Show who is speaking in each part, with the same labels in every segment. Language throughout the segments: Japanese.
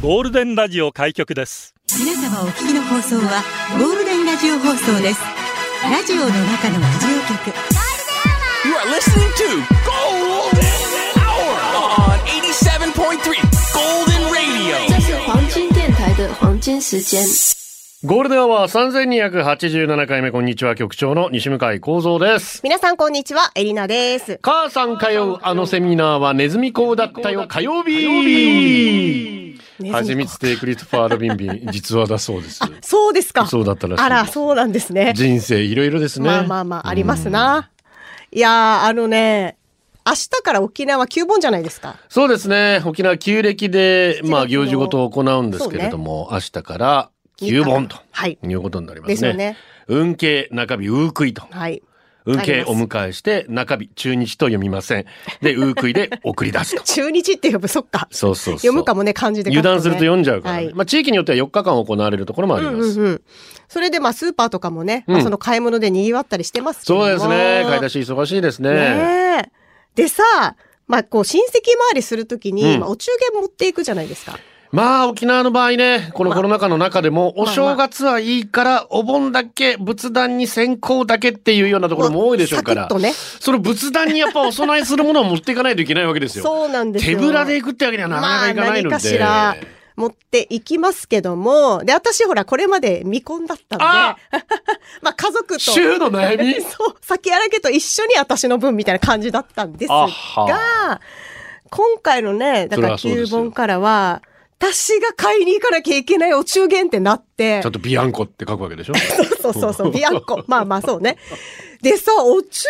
Speaker 1: ゴールデンラジオ開局です
Speaker 2: 皆様お聞きの放送はゴールデンラジオ放送ですラジオの中のラジオ局
Speaker 3: You are listening to Golden Hour on 87.3 Golden Radio.
Speaker 4: 这是黄金电台的黄金时间。
Speaker 5: ゴールデンは3287回目、こんにちは、局長の西向井幸三です。
Speaker 6: 皆さんこんにちは、エリナです。
Speaker 5: 母さん通うあのセミナーはネズミ講だったよ、火曜日はちみつテイクリストファー・ロビンビン、実話だそう です。
Speaker 6: そうですか。
Speaker 5: そうだったらしいです
Speaker 6: あら、そうなんですね。
Speaker 5: 人生いろいろですね。
Speaker 6: まあまあまあ、ありますな。いやー、あのね、明日から沖縄旧盆じゃないですか。
Speaker 5: そうですね。沖縄旧暦で、まあ行事ごと行うんですけれども、明日から旧盆と
Speaker 6: はい
Speaker 5: いうことになりますね。
Speaker 6: ですよね。
Speaker 5: 運慶、中日、ウークイと。
Speaker 6: はい。
Speaker 5: 運慶をお迎えして、中日、中日と読みません。で、ウークイで送り出すと。
Speaker 6: 中日って呼ぶ、そっか。
Speaker 5: そうそうそう
Speaker 6: 読むかもね、漢字で書
Speaker 5: 油
Speaker 6: く
Speaker 5: 断
Speaker 6: ね、
Speaker 5: すると読んじゃうからね、
Speaker 6: はい
Speaker 5: まあ、地域によっては4日間行われるところもあります、
Speaker 6: うんうん。それでまあ、スーパーとかもね、まあ、その買い物で賑わったりしてますけれども
Speaker 5: そうですね買い出し忙しいですね
Speaker 6: ねえでさ、まあ、こう、親戚回りするときに、
Speaker 5: うん
Speaker 6: まあ、お中元持っていくじゃないですか。
Speaker 5: まあ沖縄の場合ねこのコロナ禍の中でも、お正月はいいからお盆だけ仏壇に線香だけっていうようなところも多いでしょうから、
Speaker 6: サクッとね。
Speaker 5: その仏壇にやっぱお供えするものを持っていかないといけないわけですよ
Speaker 6: そうなんです
Speaker 5: 手
Speaker 6: よ。
Speaker 5: ぶらで行くってわけにはなかなかいかないので、
Speaker 6: まあ、何かしら持っていきますけども、で、私ほら、これまで未婚だったんで、
Speaker 5: あ
Speaker 6: まあ家族と、
Speaker 5: 週の悩み
Speaker 6: そう、酒やらけと一緒に私の分みたいな感じだったんです
Speaker 5: あ
Speaker 6: が、
Speaker 5: は
Speaker 6: 今回のね、だか
Speaker 5: それは
Speaker 6: ら
Speaker 5: そうで
Speaker 6: 旧
Speaker 5: すよ
Speaker 6: 本からは、私が買いに行かなきゃいけないお中元ってなって
Speaker 5: ちゃん、とビアンコって書くわけで しょ
Speaker 6: そうそうそう、ビアンコ。まあまあそうね。でさ、お中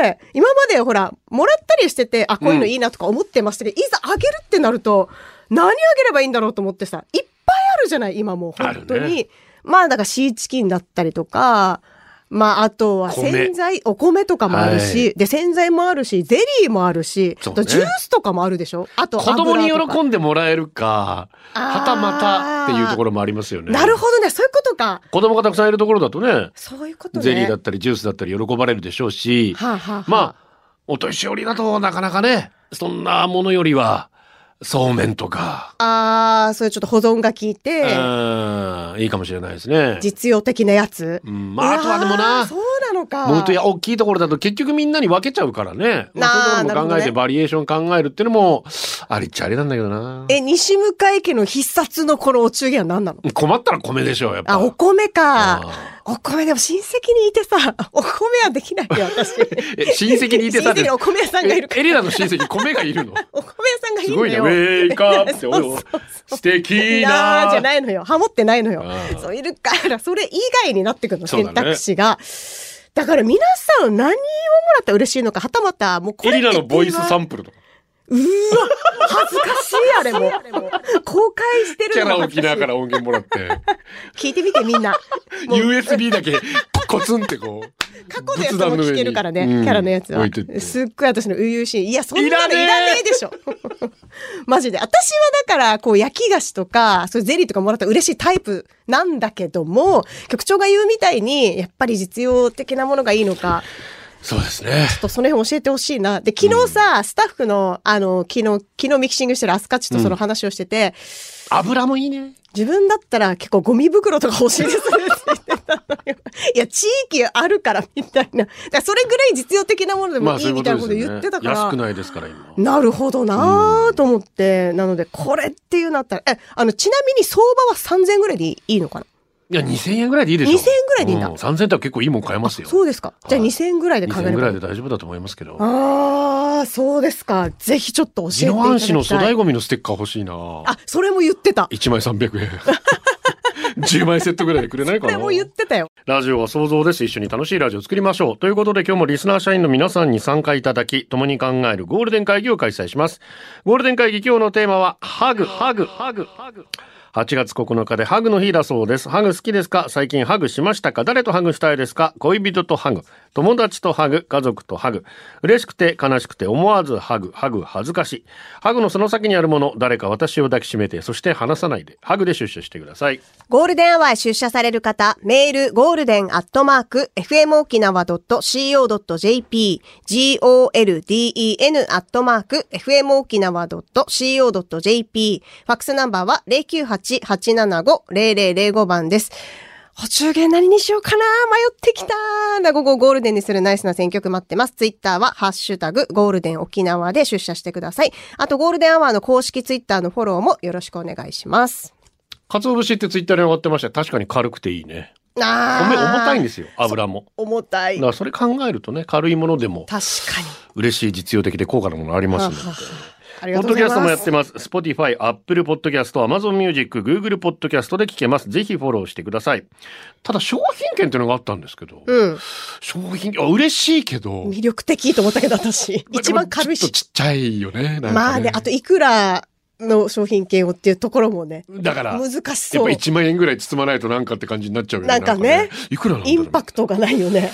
Speaker 6: 元って、今までほら、もらったりしてて、あ、こういうのいいなとか思ってましたけど、いざあげるってなると、何あげればいいんだろうと思ってさ、いっぱいあるじゃない、今もう、本当
Speaker 5: ある
Speaker 6: に。まあ、だからシーチキンだったりとか、まあ、あとは
Speaker 5: 米
Speaker 6: 洗剤、お米とかもあるし、
Speaker 5: は
Speaker 6: で、洗剤もあるし、ゼリーもあるし、
Speaker 5: そう
Speaker 6: あ
Speaker 5: ね
Speaker 6: とジュースとかもあるでしょあと
Speaker 5: 子供に
Speaker 6: 油とか
Speaker 5: 喜んでもらえるか
Speaker 6: あー
Speaker 5: はたまたっていうところもありますよね
Speaker 6: なるほどね、そういうことか。
Speaker 5: 子供がたくさんいるところだとね
Speaker 6: そういうことね。
Speaker 5: ゼリーだったりジュースだったり喜ばれるでしょうし、
Speaker 6: はあはあはあ
Speaker 5: まあお年寄りだとなかなかねそんなものよりはそうめんとか、
Speaker 6: ああ、それちょっと保存が効いて、
Speaker 5: うんいいかもしれないですね。
Speaker 6: 実用的なやつ。
Speaker 5: うんまあ、あとはでも
Speaker 6: いや
Speaker 5: な
Speaker 6: ーそうなのか。
Speaker 5: もっとや大きいところだと結局みんなに分けちゃうからね、まあ、
Speaker 6: あー
Speaker 5: そういうところも考え
Speaker 6: なるほ
Speaker 5: て
Speaker 6: どね
Speaker 5: バリエーション考えるっていうのもありっちゃありなんだけどな
Speaker 6: え、西向井家の必殺のこのお中元は何なの
Speaker 5: 困ったら米でしょうやっぱ
Speaker 6: あ、お米か
Speaker 5: あ。
Speaker 6: お米でも親戚にいてさ、 お米はできないよ、私。
Speaker 5: え親戚にいて
Speaker 6: 親
Speaker 5: た
Speaker 6: 戚にお米屋さんがいるか
Speaker 5: えエ
Speaker 6: ら。
Speaker 5: リナの親戚米がい るの
Speaker 6: お米屋さんがい
Speaker 5: す
Speaker 6: る
Speaker 5: ご
Speaker 6: の
Speaker 5: いね。ウ
Speaker 6: よ。
Speaker 5: ェイクアップって、 おいおい素敵
Speaker 6: い
Speaker 5: な
Speaker 6: やーじゃないのよ。ハモってないのよ
Speaker 5: あー。
Speaker 6: そういるから、それ以外になってくるの、
Speaker 5: そう
Speaker 6: 選
Speaker 5: だね
Speaker 6: 択肢が。だから皆さん何をもらったら嬉しいのか、はたまた、もうこ
Speaker 5: エ
Speaker 6: れ
Speaker 5: リ
Speaker 6: って
Speaker 5: ナのボイスサンプルとか。
Speaker 6: うーわ、恥ずかしい、あれも。 公開して
Speaker 5: キ
Speaker 6: る
Speaker 5: ャ
Speaker 6: の
Speaker 5: ラ
Speaker 6: も
Speaker 5: 沖
Speaker 6: 恥
Speaker 5: 縄
Speaker 6: ずかしい
Speaker 5: から音源もらって、
Speaker 6: 聞いてみてみんな。もう
Speaker 5: USB だけコツンってこう。
Speaker 6: 過去のやつも聞けるからね、キャラのやつは
Speaker 5: 置いてっ。て
Speaker 6: すっごい私の初々しい。いや、そん
Speaker 5: いら
Speaker 6: なのい
Speaker 5: ねえ
Speaker 6: らねえでしょ。 マジで。私はだから、こう、焼き菓子とか、そういうゼリーとかもらったら嬉しいタイプなんだけども、局長が言うみたいに、やっぱり実用的なものがいいのか、
Speaker 5: そうですね。
Speaker 6: ちょっとその辺教えてほしいな。で、昨日さ、スタッフの、あの、昨日、昨日ミキシングしてるアスカチとその話をしてて、
Speaker 5: 油もいいね。
Speaker 6: 自分だったら結構ゴミ袋とか欲しいですねって言ってたのよ。いや、地域あるからみたいな。だからそれぐらい実用的なものでもいいみたいなこと言ってたから。
Speaker 5: 安くないですから、今。
Speaker 6: なるほどなぁと思って、なので、これっていうなったら、え、あの、ちなみに相場は3000ぐらいでいいのかない
Speaker 5: や、2000円ぐらいでいいでしょ。
Speaker 6: 2000ぐらいでいいんだ
Speaker 5: う3000円って結構いいもん買えますよ。
Speaker 6: そうですか。じゃあ
Speaker 5: はい
Speaker 6: 2000ぐらいで考
Speaker 5: 2000
Speaker 6: えれ
Speaker 5: 円ぐ
Speaker 6: ば
Speaker 5: ら
Speaker 6: い
Speaker 5: い
Speaker 6: い
Speaker 5: で大丈夫だと思いますけど。
Speaker 6: あー、そうですか。ぜひちょっと教えて
Speaker 5: 宜
Speaker 6: いた
Speaker 5: 野
Speaker 6: だ
Speaker 5: 湾
Speaker 6: き
Speaker 5: 市
Speaker 6: た
Speaker 5: の粗大
Speaker 6: い。
Speaker 5: ゴミのステッカー欲しいな。
Speaker 6: あ、それも言ってた。
Speaker 5: 1枚300円。10枚セットぐらいでくれないか
Speaker 6: そ
Speaker 5: な。
Speaker 6: れも言ってたよ。
Speaker 5: ラジオは想像です。一緒に楽しいラジオを作りましょう。ということで今日もリスナー社員の皆さんに参加いただき、共に考えるゴールデン会議を開催します。ゴールデン会議今日のテーマは、ハグ、ハグ、ハグ、ハグ。 8月9日でハグの日だそうです。ハグ好きですか最近ハグしましたか誰とハグしたいですか恋人とハグ。友達とハグ。家族とハグ。嬉しくて悲しくて思わずハグ。ハグ恥ずかしい。ハグのその先にあるもの。誰か私を抱きしめて、そして離さないで。ハグで出社してください。
Speaker 6: ゴールデンアワーへ出社される方、メール、ゴールデンアットマーク、fmokinawa.co.jp、golden アットマーク、fmokinawa.co.jp、ファックスナンバーは098-875-0005番です。お中元何にしようかな迷ってきたな午後ゴールデンにするナイスな選曲待ってます。ツイッターは、ハッシュタグ、ゴールデン沖縄で出社してください。あと、ゴールデンアワーの公式ツイッターのフォローもよろしくお願いします。
Speaker 5: 鰹節ってツイッターに上がってましたよ確かに軽くていいね。
Speaker 6: あー
Speaker 5: 米重たいんですよ。油も。
Speaker 6: 重たい。
Speaker 5: だか
Speaker 6: 確
Speaker 5: らそれ考えるとね、軽いものでも
Speaker 6: かに。
Speaker 5: 嬉しい実用的で高価なものありますので。
Speaker 6: あり
Speaker 5: ポッ
Speaker 6: がとう
Speaker 5: ド
Speaker 6: ご
Speaker 5: キ
Speaker 6: ざい
Speaker 5: ャストも
Speaker 6: ま
Speaker 5: やっ
Speaker 6: す。
Speaker 5: てます。Spotify、Apple Podcast、Amazon Music、Google Podcast で聞けます。ぜひフォローしてください。ただ商品券っていうのがあったんですけど、
Speaker 6: うん。
Speaker 5: 商品券、あ嬉しいけど、
Speaker 6: 魅力的と思ったけ ど、私。一番軽い
Speaker 5: ちょっと
Speaker 6: し。
Speaker 5: ちっちゃいよね。なんかね
Speaker 6: まあね、あといくらの商品券をっていうところもね、
Speaker 5: だから、やっ
Speaker 6: 難し
Speaker 5: ぱ
Speaker 6: そう。
Speaker 5: 1万円ぐらい包まないとなんかって感じになっちゃうよね。
Speaker 6: なんかね
Speaker 5: いくらなんだ
Speaker 6: イ
Speaker 5: ろう
Speaker 6: ンパクトがないよね。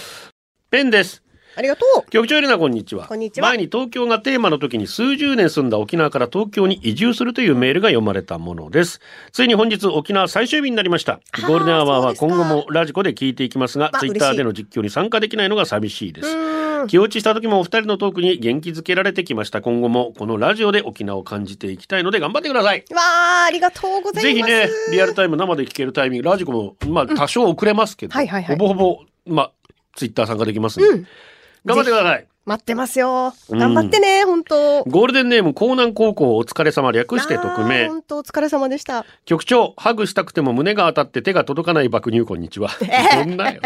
Speaker 5: ペンです。
Speaker 6: ありがとう。
Speaker 5: 局長エレナこんにちは
Speaker 6: こんにちは
Speaker 5: 前に東京がテーマの時に数十年住んだ沖縄から東京に移住するというメールが読まれたものですついに本日沖縄最終日になりました
Speaker 6: ー
Speaker 5: ゴールデンアワーは今後
Speaker 6: そうで
Speaker 5: もラジコで聞いていきますが
Speaker 6: わ
Speaker 5: ツイッターでの実況に参加できないのが寂しいです
Speaker 6: うん。
Speaker 5: 気落ちした時もお二人のトークに元気づけられてきました今後もこのラジオで沖縄を感じていきたいので頑張ってください
Speaker 6: わあ、ありがとうござ
Speaker 5: ぜ
Speaker 6: い
Speaker 5: ひ
Speaker 6: ます。
Speaker 5: ねリアルタイム生で聞けるタイミングラジコもまあ多少遅れますけど、
Speaker 6: はいはいはい
Speaker 5: ほぼほぼまあツイッター参加できますんで、
Speaker 6: うん
Speaker 5: 頑張ってください
Speaker 6: 待ってますよ。
Speaker 5: うん
Speaker 6: 頑張ってね、本当。
Speaker 5: ゴールデンネーム江南高校お疲れ様略して匿
Speaker 6: あー
Speaker 5: 名
Speaker 6: 本当お疲れ様でした。
Speaker 5: 局長ハグしたくても胸が当たって手が届かない爆乳こんにちはどんなよ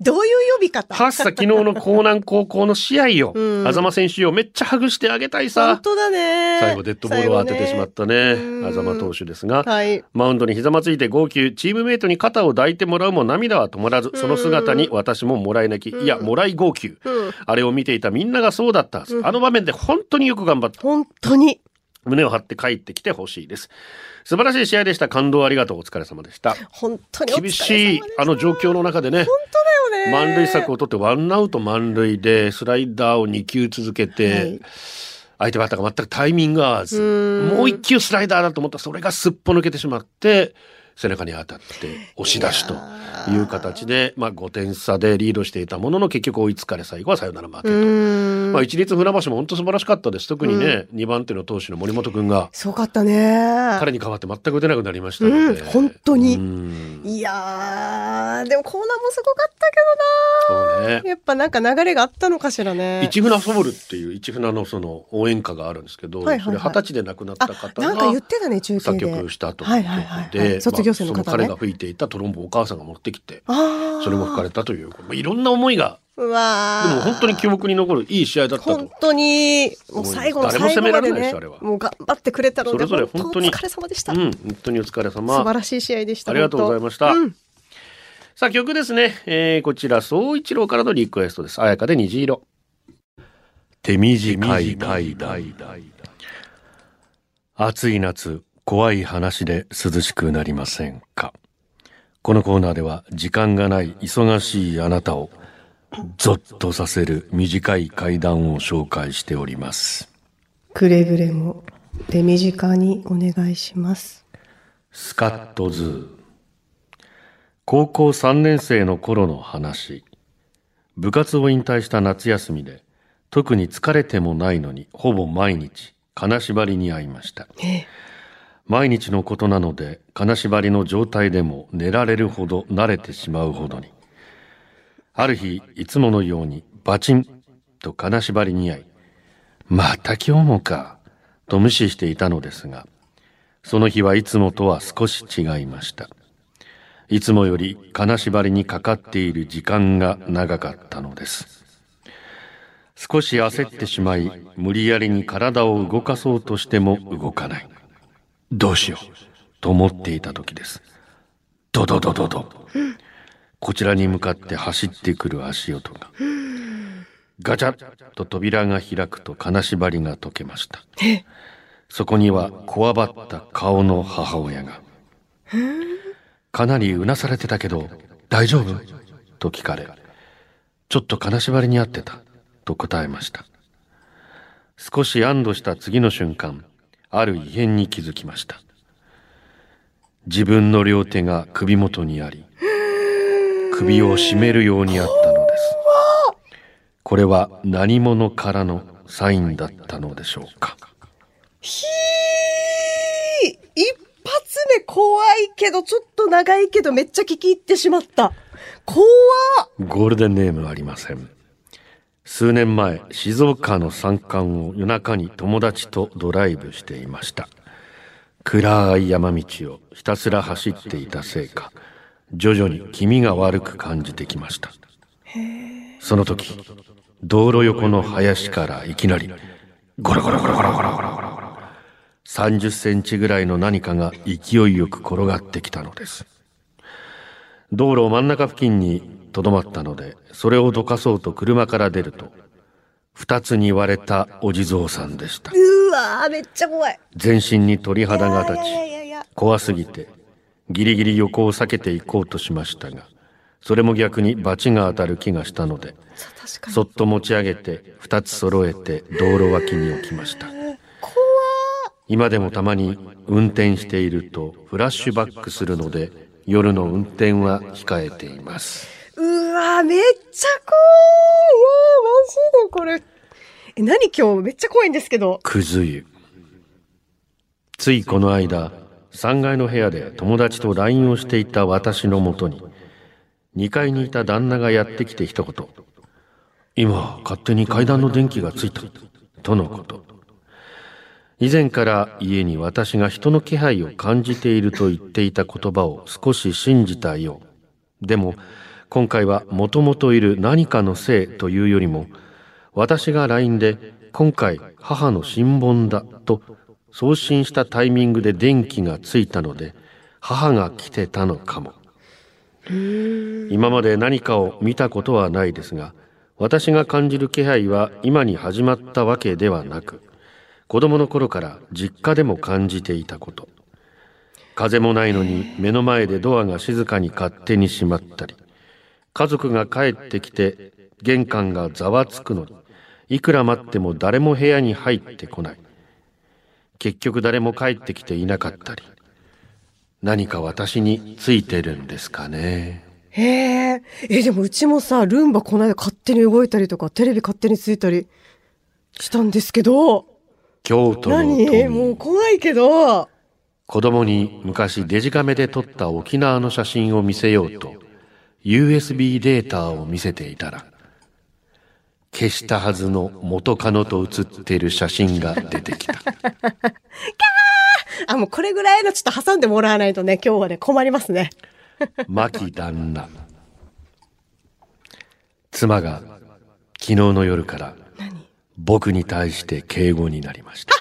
Speaker 6: どういう呼び方
Speaker 5: ハッサ昨日の江南高校の試合よ
Speaker 6: うん
Speaker 5: あざま選手よめっちゃハグしてあげたい
Speaker 6: 本
Speaker 5: さ
Speaker 6: 当だね。
Speaker 5: 最後デッドボールを当ててしまったね
Speaker 6: 最後ね
Speaker 5: あざま投手ですが
Speaker 6: はい。
Speaker 5: マウンドにひざまついて号泣チームメイトに肩を抱いてもらうも涙は止まらずその姿に私ももらい泣きいやもらい号泣
Speaker 6: うん。
Speaker 5: あれを見ていたみんながそうだったはずあの場面で本当によく頑張った
Speaker 6: 本当に。
Speaker 5: 胸を張って帰ってきてほしいです。素晴らしい試合でした。感動ありがとう。お疲れ様でした。
Speaker 6: 本当にお疲
Speaker 5: 厳
Speaker 6: れ様でした
Speaker 5: しいあの状況の中でね、
Speaker 6: 本当だよね。
Speaker 5: 満塁策を取ってワンアウト満塁でスライダーを2球続けて、
Speaker 6: はい
Speaker 5: 相手バッターが全くタイミングが合わず、
Speaker 6: ーん
Speaker 5: もう1球スライダーだと思ったらそれがすっぽ抜けてしまって、背中に当たって押し出しという形で、まあ5点差でリードしていたものの結局追いつかれ最後はサヨナラ負け
Speaker 6: う
Speaker 5: と。
Speaker 6: ーん。
Speaker 5: まあ一律船橋も本当素晴らしかったです。特にね、2番手の投手の森本君が。
Speaker 6: すごかったね。
Speaker 5: 彼に代わって全く打てなくなりました
Speaker 6: う
Speaker 5: の
Speaker 6: ん、
Speaker 5: で、
Speaker 6: 本当
Speaker 5: う
Speaker 6: に。
Speaker 5: ん
Speaker 6: いやー、でもコーナーもすごかったけ
Speaker 5: そうね
Speaker 6: どな。やっぱなんか流れがあったのかしらね。
Speaker 5: 一船ソウルっていう一船のその応援歌があるんですけど、
Speaker 6: はいはいはい
Speaker 5: それ二十歳で亡くなった
Speaker 6: あ、
Speaker 5: 方
Speaker 6: なんか言っ
Speaker 5: が
Speaker 6: てたね、中継
Speaker 5: 作
Speaker 6: で。
Speaker 5: 曲したとい
Speaker 6: は
Speaker 5: う
Speaker 6: いはいはいは
Speaker 5: 曲
Speaker 6: い
Speaker 5: で、
Speaker 6: 卒業生の方
Speaker 5: ま
Speaker 6: ね
Speaker 5: あその彼が吹いていたトロンボをお母さんが持ってきて、
Speaker 6: ああ。
Speaker 5: それも吹かれたという、まあ、いろんな思いが、
Speaker 6: うわ
Speaker 5: で
Speaker 6: ー
Speaker 5: も本当に記憶に残るいい試合だったと
Speaker 6: 本。当に、もう最後の最
Speaker 5: 誰も
Speaker 6: 後までね
Speaker 5: 責められないですあれ、は
Speaker 6: もう頑張ってくれたので、
Speaker 5: それぞれ本当に
Speaker 6: お疲れ様でした。
Speaker 5: うん、
Speaker 6: 素
Speaker 5: 本当にお疲れ様。
Speaker 6: 晴らしい試合でした。
Speaker 5: ありがとうございました
Speaker 6: 本
Speaker 5: さあ曲ですね、えーこちら総一郎からのリクエストです。彩香で虹色。手短い階段。暑い夏、怖い話で涼しくなりませんか。このコーナーでは時間がない忙しいあなたをゾッとさせる短い階段を紹介しております。
Speaker 6: 当くれぐれも、手短にお願いします。
Speaker 5: スカットズー。高校3年生の頃の話。部活を引退した夏休みで、特に疲れてもないのに、ほぼ毎日、金縛りに会いました。毎日のことなので、金縛りの状態でも寝られるほど慣れてしまうほどに。ある日、いつものように、バチンと金縛りに会い、また今日もか、と無視していたのですが、その日はいつもとは少し違いました。いつもより金縛りにかかっている時間が長かったのです。少し焦ってしまい、無理やりに体を動かそうとしても動かない。どうしよう、と思っていた時です。ドドドドド。こちらに向かって走ってくる足音が。ガチャッと扉が開くと金縛りが解けました。そこにはこわばった顔の母親が。かなりうなされてたけど、大丈夫と聞かれ、ちょっと金縛りにあってたと答えました。少し安堵した次の瞬間、ある異変に気づきました。自分の両手が首元にあり、首を絞めるようにあったのです。これは何者からのサインだったのでしょうか。
Speaker 6: ひー一発目怖いけど、ちょっと長いけど、めっちゃ聞き入ってしまった。怖っ
Speaker 5: ゴールデンネームありません。数年前、静岡の山間を夜中に友達とドライブしていました。暗い山道をひたすら走っていたせいか、徐々に気味が悪く感じてきました。その時、道路横の林からいきなり、ゴロゴロゴロゴロゴロゴロゴロゴロ、30センチぐらいの何かが勢いよく転がってきたのです。道路真ん中付近にとどまったので、それをどかそうと車から出ると、二つに割れたお地蔵さんでした。
Speaker 6: うわーめっちゃ怖い。
Speaker 5: 全身に鳥肌が立
Speaker 6: いやいやいやいや
Speaker 5: ち、怖すぎて、ギリギリ横を避けていこうとしましたが、それも逆に罰が当たる気がしたので、
Speaker 6: 確かに。
Speaker 5: そっと持ち上げて、二つ揃えて道路脇に置きました。
Speaker 6: 怖
Speaker 5: 今でもたまに運転しているとフラッシュバックするので、夜の運転は控えています。
Speaker 6: うわーめっちゃ怖い。うわーマジでこれ。え、何今日めっちゃ怖いんですけど。
Speaker 5: くず湯ついこの間3階の部屋で友達と LINE をしていた私のもとに2階にいた旦那がやってきて一言「今勝手に階段の電気がついた」とのこと以前から家に私が人の気配を感じていると言っていた言葉を少し信じたようでも今回はもともといる何かのせいというよりも私が LINE で今回母の新聞だと送信したタイミングで電気がついたので母が来てたのかも今まで何かを見たことはないですが私が感じる気配は今に始まったわけではなく子供の頃から実家でも感じていたこと風もないのに目の前でドアが静かに勝手に閉まったり家族が帰ってきて玄関がざわつくのにいくら待っても誰も部屋に入ってこない結局誰も帰ってきていなかったり何か私についてるんですかね
Speaker 6: へえ。え、でもうちもさ、ルンバこの間勝手に動いたりとか、テレビ勝手についたりしたんですけど。
Speaker 5: 京都の
Speaker 6: 何も
Speaker 5: 富
Speaker 6: う怖いけど。
Speaker 5: 子供に昔デジカメで撮った沖縄の写真を見せようと USB データを見せていたら消したはずの元カノと写っている写真が出てきた
Speaker 6: あ、もうこれぐらいのちょっと挟んでもらわないとね、今日はね、困りますね。
Speaker 5: 牧旦那妻が昨日の夜から僕に対して敬語になりました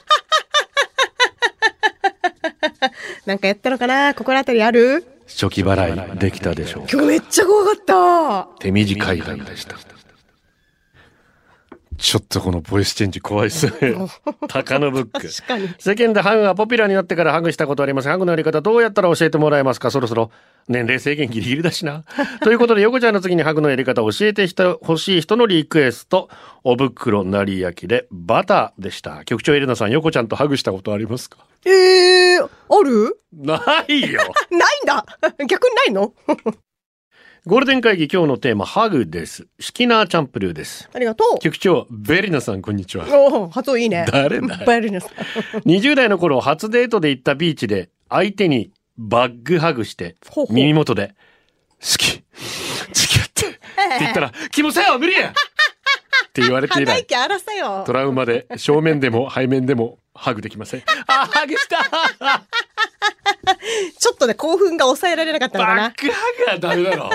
Speaker 6: なんかやったのかな心当たりある
Speaker 5: 初期払いできたでしょうか
Speaker 6: 今日めっちゃ怖かっ
Speaker 5: 手短い感でしたちょっとこのボイスチェンジ怖いですね 高野ブック
Speaker 6: た。確かに。
Speaker 5: 世間でハグがポピュラーになってからハグしたことありますハグのやり方どうやったら教えてもらえますかそろそろ年齢制限ギリギリだしな ということで横ちゃんの次にハグのやり方を教えてほしい人のリクエストお袋なり焼きでバターでした局長エレナさん横ちゃんとハグしたことありますか
Speaker 6: えー、ある
Speaker 5: ないよ
Speaker 6: ないんだ 逆にないの
Speaker 5: ゴールデン会議今日のテーマハグですシキナーチャンプルーです
Speaker 6: ありがとう。
Speaker 5: 局長ベリナさんこんにちは
Speaker 6: おー発音いいね。
Speaker 5: 誰だよ
Speaker 6: バイオリンです
Speaker 5: 20代の頃、初デートで行ったビーチで、相手にバッグハグして
Speaker 6: ほう、ほう
Speaker 5: 耳元で、好き、付き合って、って言ったら、キモせよ無理やって言われて以
Speaker 6: 鼻
Speaker 5: 来、
Speaker 6: 息荒らせよ
Speaker 5: ト。ラウマで正面でも背面でもハグできません。あ、ハグした
Speaker 6: ちょっとね、興奮が抑えられなかったのか
Speaker 5: バ
Speaker 6: な
Speaker 5: ッ。グハグはダメだ ろ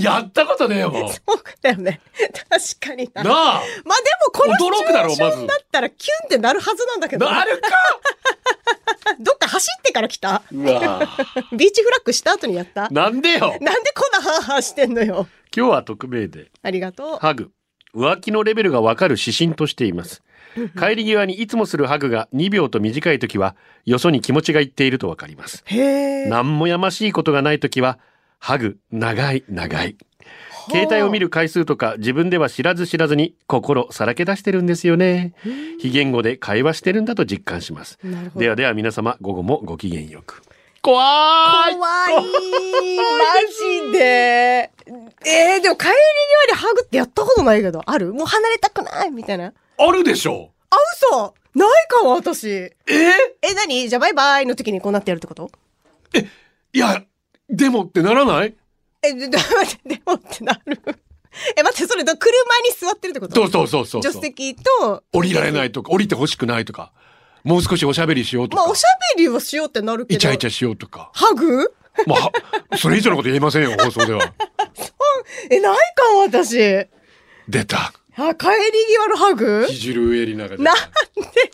Speaker 5: やったことねえもん
Speaker 6: そうだよね。確かにな。
Speaker 5: な
Speaker 6: まあ
Speaker 5: あ
Speaker 6: でもこの
Speaker 5: 驚くだろ
Speaker 6: シチュエー
Speaker 5: ま
Speaker 6: ショ
Speaker 5: ず
Speaker 6: ンだったらキュンってなるはずなんだけど。
Speaker 5: なるか
Speaker 6: どっか走ってから来た
Speaker 5: うわ
Speaker 6: ビーチフラッグした後にやった
Speaker 5: なんでよ
Speaker 6: なんでこんなハーハーしてんのよ。
Speaker 5: 今日は匿名で、
Speaker 6: ありがとう。
Speaker 5: ハグ、浮気のレベルがわかる指針としています。帰り際にいつもするハグが2秒と短い時は、よそに気持ちがいっているとわかります。
Speaker 6: へえ。
Speaker 5: 何もやましいことがない時は、ハグ、長い、長い。携帯を見る回数とか自分では知らず知らずに心さらけ出してるんですよね。非言語で会話してるんだと実感します。
Speaker 6: なるほど
Speaker 5: ではでは皆様午後もご機嫌よく。怖い
Speaker 6: 怖い。マジで。えー、でも帰り際でハグってやったことないけど、あるもう離れたくないみたいな。
Speaker 7: あるでしょ
Speaker 6: あ、嘘ないかも、私。ええ、何じゃあバイバイの時にこうなってやるってこと
Speaker 7: いや、でもってならない
Speaker 6: え、で、で待って、でもってなる。 え、待って、それ、だ車に座ってるってこと
Speaker 7: そうそうそうそう。
Speaker 6: 助手席と、
Speaker 7: 降りられないとか、降りてほしくないとか、もう少しおしゃべりしようと
Speaker 6: ま
Speaker 7: か、
Speaker 6: あ、おしゃべりをしようってなるけど。
Speaker 7: イチャイチャしようとか。
Speaker 6: ハグ
Speaker 7: まあ、それ以上のこと言えませんよ、放送では。
Speaker 6: え、ないかも、私。
Speaker 7: 出た。
Speaker 6: あ、帰り際のハグ
Speaker 7: ひじるえりながら。
Speaker 6: なん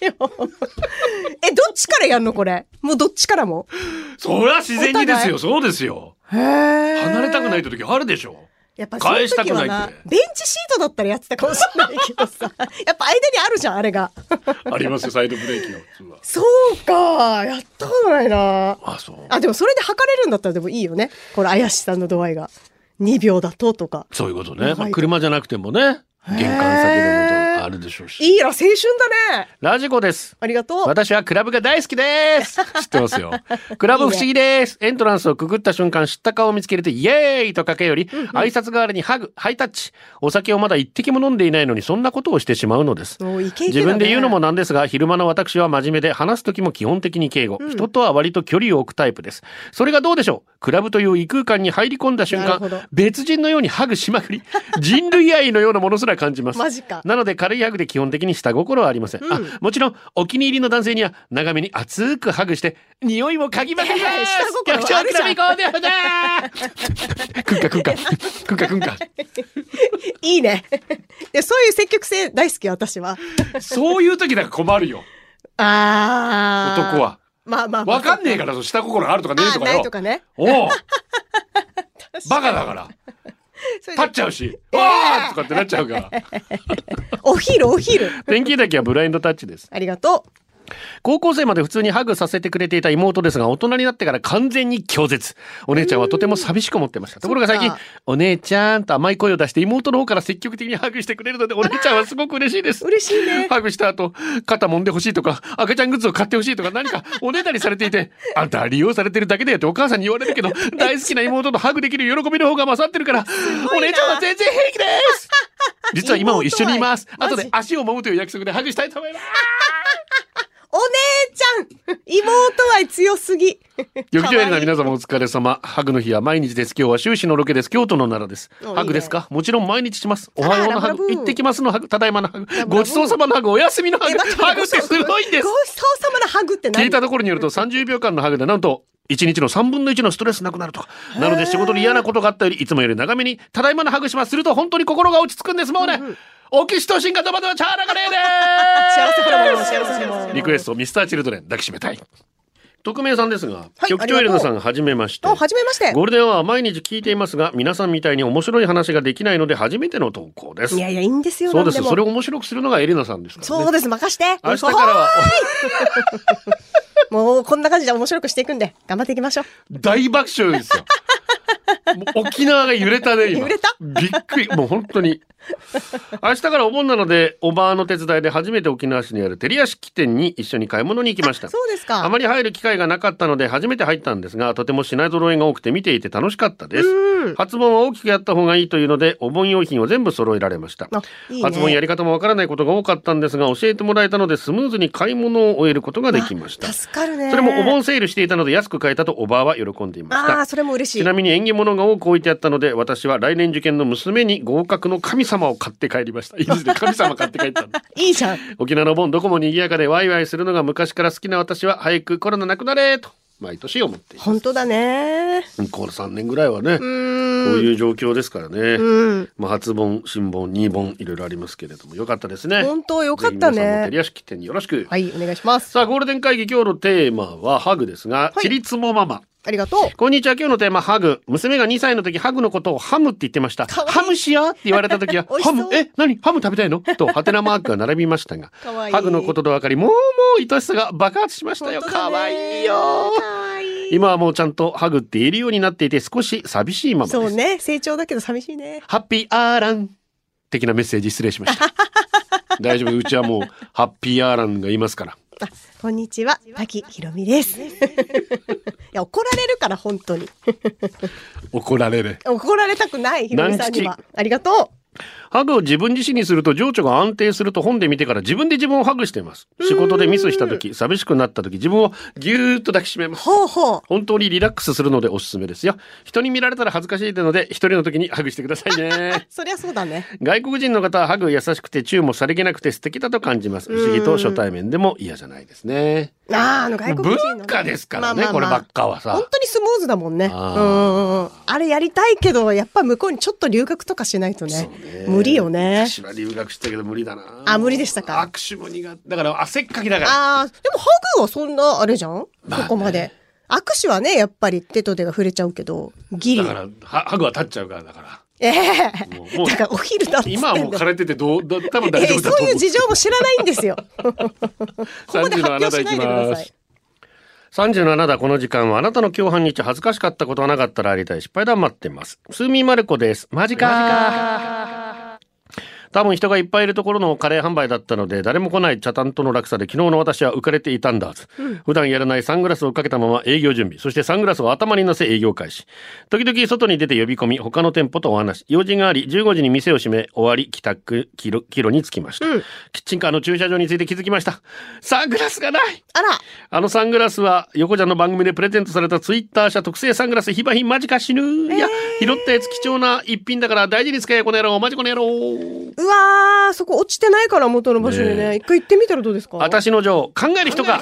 Speaker 6: でよ。え、どっちからやんのこれ。もうどっちからも。
Speaker 7: そりゃ自然にですよ、そうですよ。
Speaker 6: へえ。
Speaker 7: 離れたくないって時あるでしょ。
Speaker 6: やっぱその
Speaker 7: 返した
Speaker 6: 時
Speaker 7: くな
Speaker 6: はいな
Speaker 7: って、
Speaker 6: ベンチシートだったらやってたかもしれないけどさ。やっぱ間にあるじゃん、あれが。
Speaker 7: ありますよ、サイドブレーキの普通は。
Speaker 6: そうか。やったことないな。
Speaker 7: あ、そう。
Speaker 6: あ、でもそれで測れるんだったらでもいいよね。これ、怪しさんの度合いが。2秒だととか。
Speaker 7: そういうこと
Speaker 6: 意
Speaker 7: ね。
Speaker 6: 外と
Speaker 7: まあ、車じゃなくてもね、玄関先でもあるでしょうし。
Speaker 6: いいな、青春だね。
Speaker 5: ラジコです。
Speaker 6: ありがとう。
Speaker 5: 私はクラブが大好き です。知ってますよ。クラブ不思議です。エントランスをくぐった瞬間、知った顔を見つけれて、イエーイと駆け寄り、挨拶代わりにハグ、ハイタッチ。お酒をまだ一滴も飲んでいないのに、そんなことをしてしまうのです。
Speaker 6: もうイケイケだね
Speaker 5: 自分で言うのもなんですが、昼間の私は真面目で、話す時も基本的に敬語。人とは割と距離を置くタイプです。それがどうでしょうクラブという異空間に入り込んだ瞬
Speaker 6: なる
Speaker 5: 間
Speaker 6: ほど、
Speaker 5: 別人のようにハグしまくり、 人類愛のようなものすら感じます。
Speaker 6: マジか
Speaker 5: なので軽いハグで基本的に下心はありません。あもちろんお気に入りの男性には長めに熱くハグして匂いも嗅ぎまくりま
Speaker 6: いや
Speaker 5: す。
Speaker 6: いや下心はあるじゃん
Speaker 5: 逆調クラブ行こうで
Speaker 7: くんかくんか。くんかくんか。
Speaker 6: いいね。 でそういう積極性大好き、私は。
Speaker 7: そういう時だから困るよ、
Speaker 6: あー。
Speaker 7: 男。は。
Speaker 6: まあまあまあ。
Speaker 7: わかんねえから、そう下心あるとかねえ
Speaker 6: あ
Speaker 7: と
Speaker 6: ー
Speaker 7: か
Speaker 6: ない
Speaker 7: よ
Speaker 6: と。かね。
Speaker 7: おうバカだから。
Speaker 6: それで
Speaker 7: 立っちゃうし、わーとかってなっちゃうから。
Speaker 6: お昼、お昼。
Speaker 5: 天気だけはブラインドタッチです。
Speaker 6: ありがとう。
Speaker 5: 高校生まで普通にハグさせてくれていた妹ですが、大人になってから完全に拒絶。お姉ちゃんはとても寂しく思ってました。ところが最近
Speaker 6: そっか、
Speaker 5: お姉ちゃんと甘い声を出して妹の方から積極的にハグしてくれるので、お姉ちゃんはすごく嬉しいです。
Speaker 6: 嬉しいね。
Speaker 5: ハグした後、肩揉んでほしいとか、赤ちゃんグッズを買ってほしいとか、何か おねだりされていて、あんた利用されてるだけだよってお母さんに言われるけ ど、大好きな妹とハグできる喜びの方が勝ってるから、お姉ちゃんは全然平気です実は今も一緒にいます。
Speaker 6: 妹愛
Speaker 5: 後で足を揉むという約束でハグしたいと思います。
Speaker 6: お姉ちゃん妹愛強すぎ。
Speaker 5: 翌日の皆様お疲れ様。ハグの日は毎日です。今日は終始のロケです。京都の奈良です。
Speaker 6: おいいね
Speaker 5: ハグですかもちろん毎日します。おはようのハ
Speaker 6: ラブ
Speaker 5: グ、
Speaker 6: ラブ
Speaker 5: 行ってきますのハグ、ただいまのハグ
Speaker 6: ラ、ブ
Speaker 5: ごちそうさまのハグ、おやすみのハ
Speaker 6: え
Speaker 5: グ、
Speaker 6: 待って
Speaker 5: ハグってすごいんです
Speaker 6: ごちそうさまのハグって何
Speaker 5: 聞いたところによると30秒間のハグでなんと1日の3分の1のストレスなくなるとかなので仕事に嫌なことがあったよりいつもより長めに「ただいまのハグします」すると本当に心が落ち着くんですもうねオキシトシンがドバドバチャーラカレーで
Speaker 6: 幸せホルモン
Speaker 5: ー
Speaker 6: 幸
Speaker 5: す
Speaker 6: せホルモ ン
Speaker 5: リクエストミスターチルドレン抱きしめたい匿名さんですが、
Speaker 6: はい
Speaker 5: 局長エレナさんはじめまして
Speaker 6: お、はじめまして。
Speaker 5: ゴールデンは毎日聞いていますが皆さんみたいに面白い話ができないので初めての投稿です
Speaker 6: いやいや、いいんですよ。
Speaker 5: そうです
Speaker 6: 何も
Speaker 5: それを面白くするのがエレナさんですからね
Speaker 6: そうです、任して。
Speaker 5: 明日からは
Speaker 6: もう、こんな感じで面白くしていくんで、頑張っていきましょう。
Speaker 7: 大爆笑ですよ。もう沖縄が揺れたね、今。
Speaker 6: 揺れた
Speaker 5: びっくり。もう本当に。明日からお盆なので、おばあの手伝いで初めて沖縄市にある照り屋敷店に一緒に買い物に行きました。
Speaker 6: そうですか。
Speaker 5: あまり入る機会がなかったので初めて入ったんですがとても品揃えが多くて見ていて楽しかったです初盆は大きくやった方がいいというのでお盆用品を全部揃えられました
Speaker 6: あいいね
Speaker 5: 初盆やり方もわからないことが多かったんですが教えてもらえたのでスムーズに買い物を終えることができました
Speaker 6: 助かるね。
Speaker 5: それもお盆セールしていたので安く買えたとおばあは喜んでいました
Speaker 6: ああ、それも嬉しい。
Speaker 5: ちなみに縁起物が多く置いてあったので私は来年受験の娘に合格の神様を買って帰りました いいですね神様買って帰ったんだ
Speaker 6: いいじゃん。
Speaker 5: 沖縄の盆どこも賑やかでワイワイするのが昔から好きな私は早くコロナなくなれと毎年思っている
Speaker 6: 本当だね。
Speaker 5: この3年ぐらいはねこういう状況ですからね、まあ、初盆新盆二盆いろいろありますけれどもよかったですね
Speaker 6: 本当よかったね
Speaker 5: ぜひ皆さんも照り屋敷店によろしく、
Speaker 6: はい、お願いします。
Speaker 5: さあゴールデン会議今日のテーマはハグですが、
Speaker 6: い
Speaker 5: ちりつもママ
Speaker 6: ありがとう。
Speaker 5: こんにちは。今日のテーマ、ハグ。娘が2歳の時、ハグのことをハムって言ってました。
Speaker 6: かわいい
Speaker 5: ハムしやって言われた時は
Speaker 6: 美、味しそ
Speaker 5: ハ
Speaker 6: う
Speaker 5: ム、え、何ハム食べたいのと、ハテナマークが並びましたが、
Speaker 6: かわいい。
Speaker 5: ハグのことと分かり、もうもう愛しさが爆発しましたよ。
Speaker 6: 本当
Speaker 5: か
Speaker 6: だね
Speaker 5: わいいよ。
Speaker 6: かわいい。
Speaker 5: 今はもうちゃんとハグって言えるようになっていて、少し寂しいままです。
Speaker 6: そうね、成長だけど寂しいね。
Speaker 5: ハッピーアーラン的なメッセージ失礼しま した。大丈夫。うちはもう、ハッピーアーランがいますから。
Speaker 6: こんにちは、滝ひろ みです。いや、怒られるから、本当に。
Speaker 5: 怒られる。
Speaker 6: 怒られたくない、ひろみさんには。ありがと
Speaker 5: ハグを自分自身にすると情緒が安定すると本で見てから自分で自分をハグしています。仕事でミスした時、寂しくなった時、自分をぎゅーっと抱きしめま
Speaker 6: う。
Speaker 5: す。
Speaker 6: ほうほう。
Speaker 5: 本当にリラックスするのでおすすめですよ。人に見られたら恥ずかしいので、一人の時にハグしてくださいね
Speaker 6: 。そりゃそうだね。
Speaker 5: 外国人の方はハグ優しくてチューもさりげなくて素敵だと感じます。不思議と初対面でも嫌じゃないですね。
Speaker 6: ああ、あの外国人のね、
Speaker 5: 文化ですからね、
Speaker 6: まあまあまあ
Speaker 5: こればっかは
Speaker 6: 本
Speaker 5: さ。
Speaker 6: 当にスムーズだもんね。うん
Speaker 5: あ
Speaker 6: うんうん。あれやりたいけど、やっぱ向こうにちょっと留学とかしないとね。無理よね。
Speaker 5: 私は留学したけど無理だな。
Speaker 6: あ無理でしたか
Speaker 5: 握手も苦手。だから汗っかきだから。
Speaker 6: ああ、でもハグはそんな、あれじゃん、
Speaker 5: まあね
Speaker 6: ここまで。握手はね、やっぱり手と手が触れちゃうけど、ギ
Speaker 5: だ
Speaker 6: リ
Speaker 5: か。らはハグは立っちゃうからだから。
Speaker 6: ええ
Speaker 5: もうもう
Speaker 6: だからお昼だっつってんの
Speaker 5: 今はもう枯れててどうだ多分
Speaker 6: え
Speaker 5: 大丈
Speaker 6: え
Speaker 5: 夫だと
Speaker 6: そう
Speaker 5: 思
Speaker 6: いう
Speaker 5: う。
Speaker 6: 事情も知らないんで すよ。ここで
Speaker 5: 30の
Speaker 6: 発
Speaker 5: あ
Speaker 6: 表
Speaker 5: なた
Speaker 6: し
Speaker 5: い
Speaker 6: ない
Speaker 5: き
Speaker 6: でくだ
Speaker 5: ま
Speaker 6: さい
Speaker 5: す。。37だこの時間はあなたの今日半日恥ずかしかったことはなかったらありたい失敗談待ってます。スーミーマルコです。マジか多分人がいっぱいいるところのカレー販売だったので誰も来ない茶担との落差で昨日の私は浮かれていたんだ、普段やらないサングラスをかけたまま営業準備そしてサングラスを頭に乗せ営業開始時々外に出て呼び込み他の店舗とお話用事があり15時に店を閉め終わり帰宅キロキロに着きました、キッチンカーの駐車場について気づきましたサングラスがない
Speaker 6: あら、
Speaker 5: あのサングラスは、横ちゃんの番組でプレゼントされたツイッター社特製サングラス、ひばひマジか死ぬ。いや、拾ったやつ貴重な一品だから大事に使えよ、この野郎。マジこの野郎。
Speaker 6: うわー、そこ落ちてないから元の場所に
Speaker 5: ね
Speaker 6: ね。一回行ってみたらどうですか
Speaker 5: 私の女王、考える人か。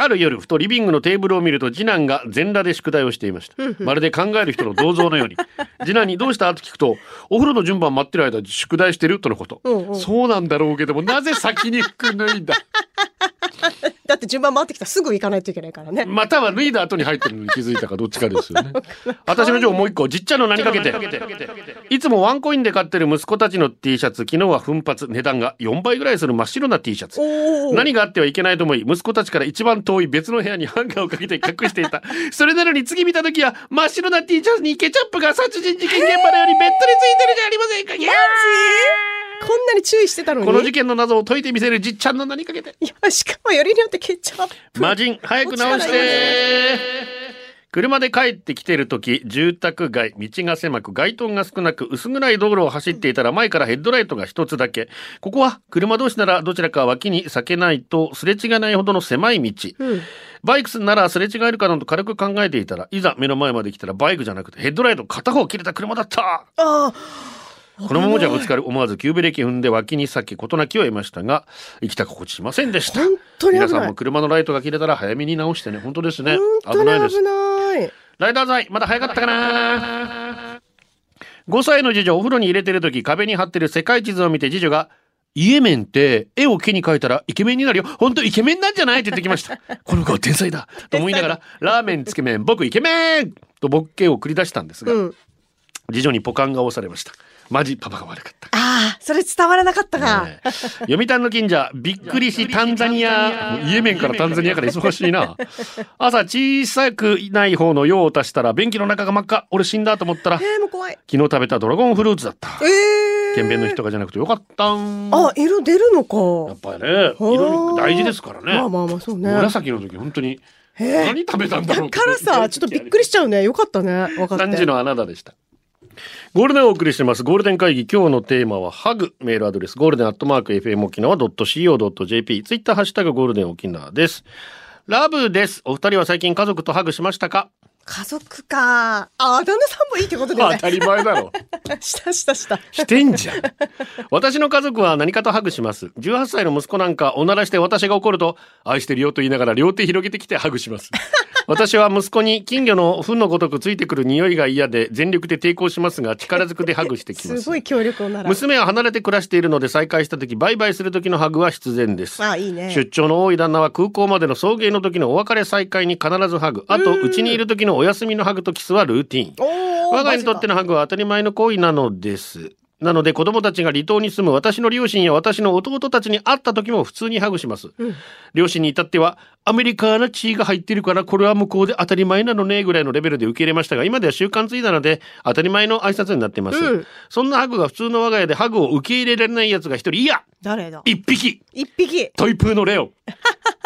Speaker 5: ある夜、ふとリビングのテーブルを見ると、次男が全裸で宿題をしていました。まるで考える人の銅像のように。 次男にどうしたと聞くと、お風呂の順番待ってる間、宿題してるとのこと。
Speaker 6: うんうん
Speaker 5: そうなんだろうけども、なぜ先に服脱いだ
Speaker 6: だって順番回ってきたらすぐ行かないといけないからね。
Speaker 5: または脱いだ後に入ってるのに気づいたかどっちかです よね。私の女王もう一個、じっちゃんの名にかけて。いつもワンコインで買ってる息子たちの T シャツ、昨日は奮発、値段が4倍ぐらいする真っ白な T シャツ。
Speaker 6: おお。
Speaker 5: 何があってはいけないと思い、息子たちから一番遠い別の部屋にハンガーをかけて隠していた。それなのに次見た時は、真っ白な T シャツにケチャップが殺人事件現場のようにベッドについてるじゃありませんか。いや
Speaker 6: こんなに注意してたのに。
Speaker 5: この事件の謎を解いてみせるじっちゃんの名にかけて。
Speaker 6: いや、しかもよりによってケチャップ。
Speaker 5: 魔 人、早く直して
Speaker 6: 落ちたら
Speaker 5: 車で帰ってきてる時住宅街道が狭く街灯が少なく薄暗い道路を走っていたら前からヘッドライトが一つだけここは車同士ならどちらか脇に避けないとすれ違えないほどの狭い道、
Speaker 6: うん。
Speaker 5: バイクならすれ違えるかなと軽く考えていたらいざ目の前まで来たらバイクじゃなくてヘッドライト片方切れた車だった
Speaker 6: あ
Speaker 5: このままじゃぶつかる思わず急ブレーキ踏んで脇に避け事なきを得ましたが生きた心地しませんでし
Speaker 6: ー
Speaker 5: た
Speaker 6: 本当に
Speaker 5: 皆
Speaker 6: 危
Speaker 5: さん
Speaker 6: ない
Speaker 5: も。車のライトが切れたら早めに直してね本当ですね危
Speaker 6: 本
Speaker 5: ない
Speaker 6: 当
Speaker 5: で
Speaker 6: に
Speaker 5: す
Speaker 6: 危ない。
Speaker 5: ライダーズイまだ早かったかな5歳の次女お風呂に入れてる時壁に貼ってる世界地図を見て次女が「イエメンって絵を木に描いたらイケメンになるよ本当イケメンなんじゃない?」って言ってきま した「この子は天才だ」と思いながら「ラーメンつけ麺僕イケメン!」とボッケを繰り出したんですが、
Speaker 6: うん。
Speaker 5: 次女にポカンが押されましたマジパパが悪かった
Speaker 6: ああ、それ伝わらなかったか。
Speaker 5: ねえ読谷の近所びっくりしタンザニアもうイエメンからタンザニアから忙しいな朝小さくない方の用を足したら便器の中が真っ赤俺死んだと思ったら
Speaker 6: え
Speaker 5: 昨
Speaker 6: ー、もう怖い。
Speaker 5: 日食べたドラゴンフルーツだった
Speaker 6: ええー。
Speaker 5: 県弁の人がじゃなくてよかった
Speaker 6: あ、色出る
Speaker 5: や
Speaker 6: の
Speaker 5: っ
Speaker 6: か。
Speaker 5: ぱりね色大事ですからね、
Speaker 6: まあまあまあ、そうね。
Speaker 5: 紫の時本当に何食べたんだろう
Speaker 6: だからさ、ちょっとびっくりしちゃうね。よかったね。分かって。
Speaker 5: 3時のあなたでした。ゴールデンをお送りしてます。ゴールデン会議、今日のテーマはハグ。メールアドレス、ゴールデンアットマーク FM 沖縄 .co.jp。ツイッター、ハッシュタグゴールデン沖縄です。ラブです。お二人は最近家族とハグしましたか
Speaker 6: 家族か。あ、旦那さんもいいってことだよ
Speaker 5: 当
Speaker 6: ね。
Speaker 5: たり前だろ。
Speaker 6: したしたした。
Speaker 5: してんじゃん。私の家族は何かとハグします。18歳の息子なんかおならして私が怒ると、愛してるよと言いながら両手広げてきてハグします。私は息子に金魚の糞のごとくついてくる匂いが嫌で全力で抵抗しますが力ずくでハグしてきますす。
Speaker 6: ごい協力をなら。
Speaker 5: 娘は離れて暮らしているので再会した時バイバイする時のハグは必然です
Speaker 6: あいいね
Speaker 5: 出張の多い旦那は空港までの送迎の時のお別れ再会に必ずハグあとうちにいる時のお休みのハグとキスはルーティン
Speaker 6: おー
Speaker 5: 我が家にとってのハグは当たり前の行為なのですなので子供たちが離島に住む私の両親や私の弟たちに会った時も普通にハグします、両親に至ってはアメリカな血が入ってるからこれは向こうで当たり前なのねぐらいのレベルで受け入れましたが今では習慣ついたので当たり前の挨拶になっています、
Speaker 6: うん
Speaker 5: そんなハグが普通の我が家でハグを受け入れられない奴が一人いや
Speaker 6: 誰だ
Speaker 5: 一匹
Speaker 6: 一匹。
Speaker 5: トイプーのレオン。や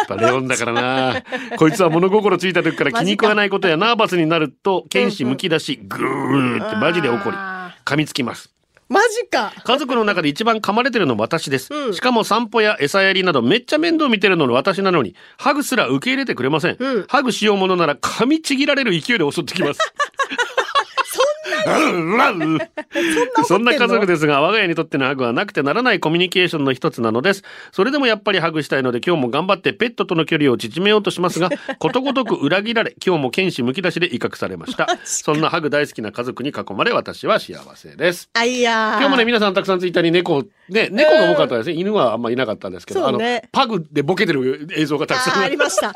Speaker 5: っぱレオンだからな。こいつは物心ついた時から気に食わないことやナーバスになると、剣士むき出し、ぐーってマジで怒り、
Speaker 6: あ
Speaker 5: 噛みつきます。
Speaker 6: マジか。
Speaker 5: 家族の中で一番噛まれてるの私です、
Speaker 6: うん
Speaker 5: しかも散歩や餌やりなどめっちゃ面倒見てるの私なのにハグすら受け入れてくれません、
Speaker 6: うん
Speaker 5: ハグしようものなら噛みちぎられる勢いで襲ってきますそんな そんな家族ですが我が家にとってのハグはなくてならないコミュニケーションの一つなのですそれでもやっぱりハグしたいので今日も頑張ってペットとの距離を縮めようとし ますがことごとく裏切られ今日も剣士むき出しで威嚇されましたそんなハグ大好きな家族に囲まれ私は幸せです
Speaker 6: あ、いやー。
Speaker 5: 今日もね、皆さんたくさんツイッターに猫、ね、猫が多かったですね。犬はあんまいなかったんですけど、
Speaker 6: そ
Speaker 5: あ
Speaker 6: う
Speaker 5: の
Speaker 6: ね、
Speaker 5: パグでボケてる映像がたく
Speaker 6: あ
Speaker 5: さ
Speaker 6: ー
Speaker 5: ん
Speaker 6: ありま した。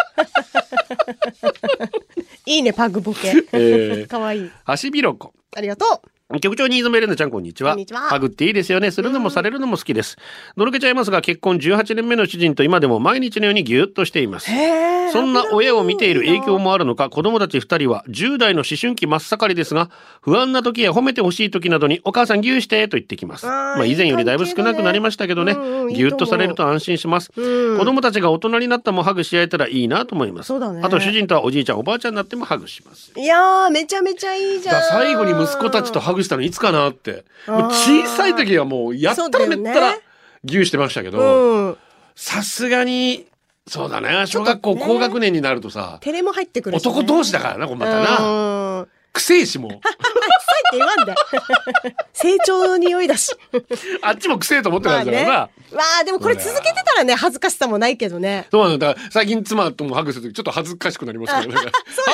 Speaker 6: いいね、パグボケ。
Speaker 5: ー
Speaker 6: かわいい。
Speaker 5: ハシビロコ。
Speaker 6: ありがとう。
Speaker 5: 局長にいずめるんちゃんこんにちは。
Speaker 6: こんにちは
Speaker 5: ハグっていいですよね。するのもされるのも好きです。のろけちゃいますが、結婚18年目の主人と今でも毎日のようにギュッとしています。
Speaker 6: へ
Speaker 5: そんな親を見ている影響もあるのか、子供たち2人は10代の思春期真っ盛りですが、不安な時や褒めてほしい時などに、お母さんギューしてと言ってきます。
Speaker 6: あ
Speaker 5: ま
Speaker 6: ー
Speaker 5: あ以前よりだいぶ少なくなりましたけどね、
Speaker 6: いい関係だねうんうん
Speaker 5: ギュッとされると安心します。
Speaker 6: うん
Speaker 5: 子供たちが大人になったもハグし合えたらいいなと思います。
Speaker 6: そうだね
Speaker 5: あと主人とはおじいちゃん、おばあちゃんになってもハグします。
Speaker 6: いやー、めちゃめちゃいいじ
Speaker 5: だか
Speaker 6: ゃん
Speaker 5: ら。最後に息子たちとハグしたのいつかなって。もう
Speaker 6: あー
Speaker 5: 小さい時はもうやったらめった
Speaker 6: そうだよ
Speaker 5: ら
Speaker 6: ね
Speaker 5: ギューしてましたけど、
Speaker 6: うん。
Speaker 5: さすがに、そうだね、小学
Speaker 6: ちょ
Speaker 5: 校
Speaker 6: っとね
Speaker 5: 高学年になるとさ、
Speaker 6: 照れも入ってくるしね、
Speaker 5: 男同
Speaker 6: 士
Speaker 5: 士だからな、これま
Speaker 6: だ
Speaker 5: たな。
Speaker 6: な。うん。
Speaker 5: くせえし もう。
Speaker 6: 臭いって言わんで。成長の匂いだし。
Speaker 5: あっちもくせえと思って たんだからな。
Speaker 6: まあでもこれ続けてたらね、恥ずかしさもないけどね。
Speaker 5: そうなんだ。だから最近妻ともハグするときちょっと恥ずかしくなりますからね。は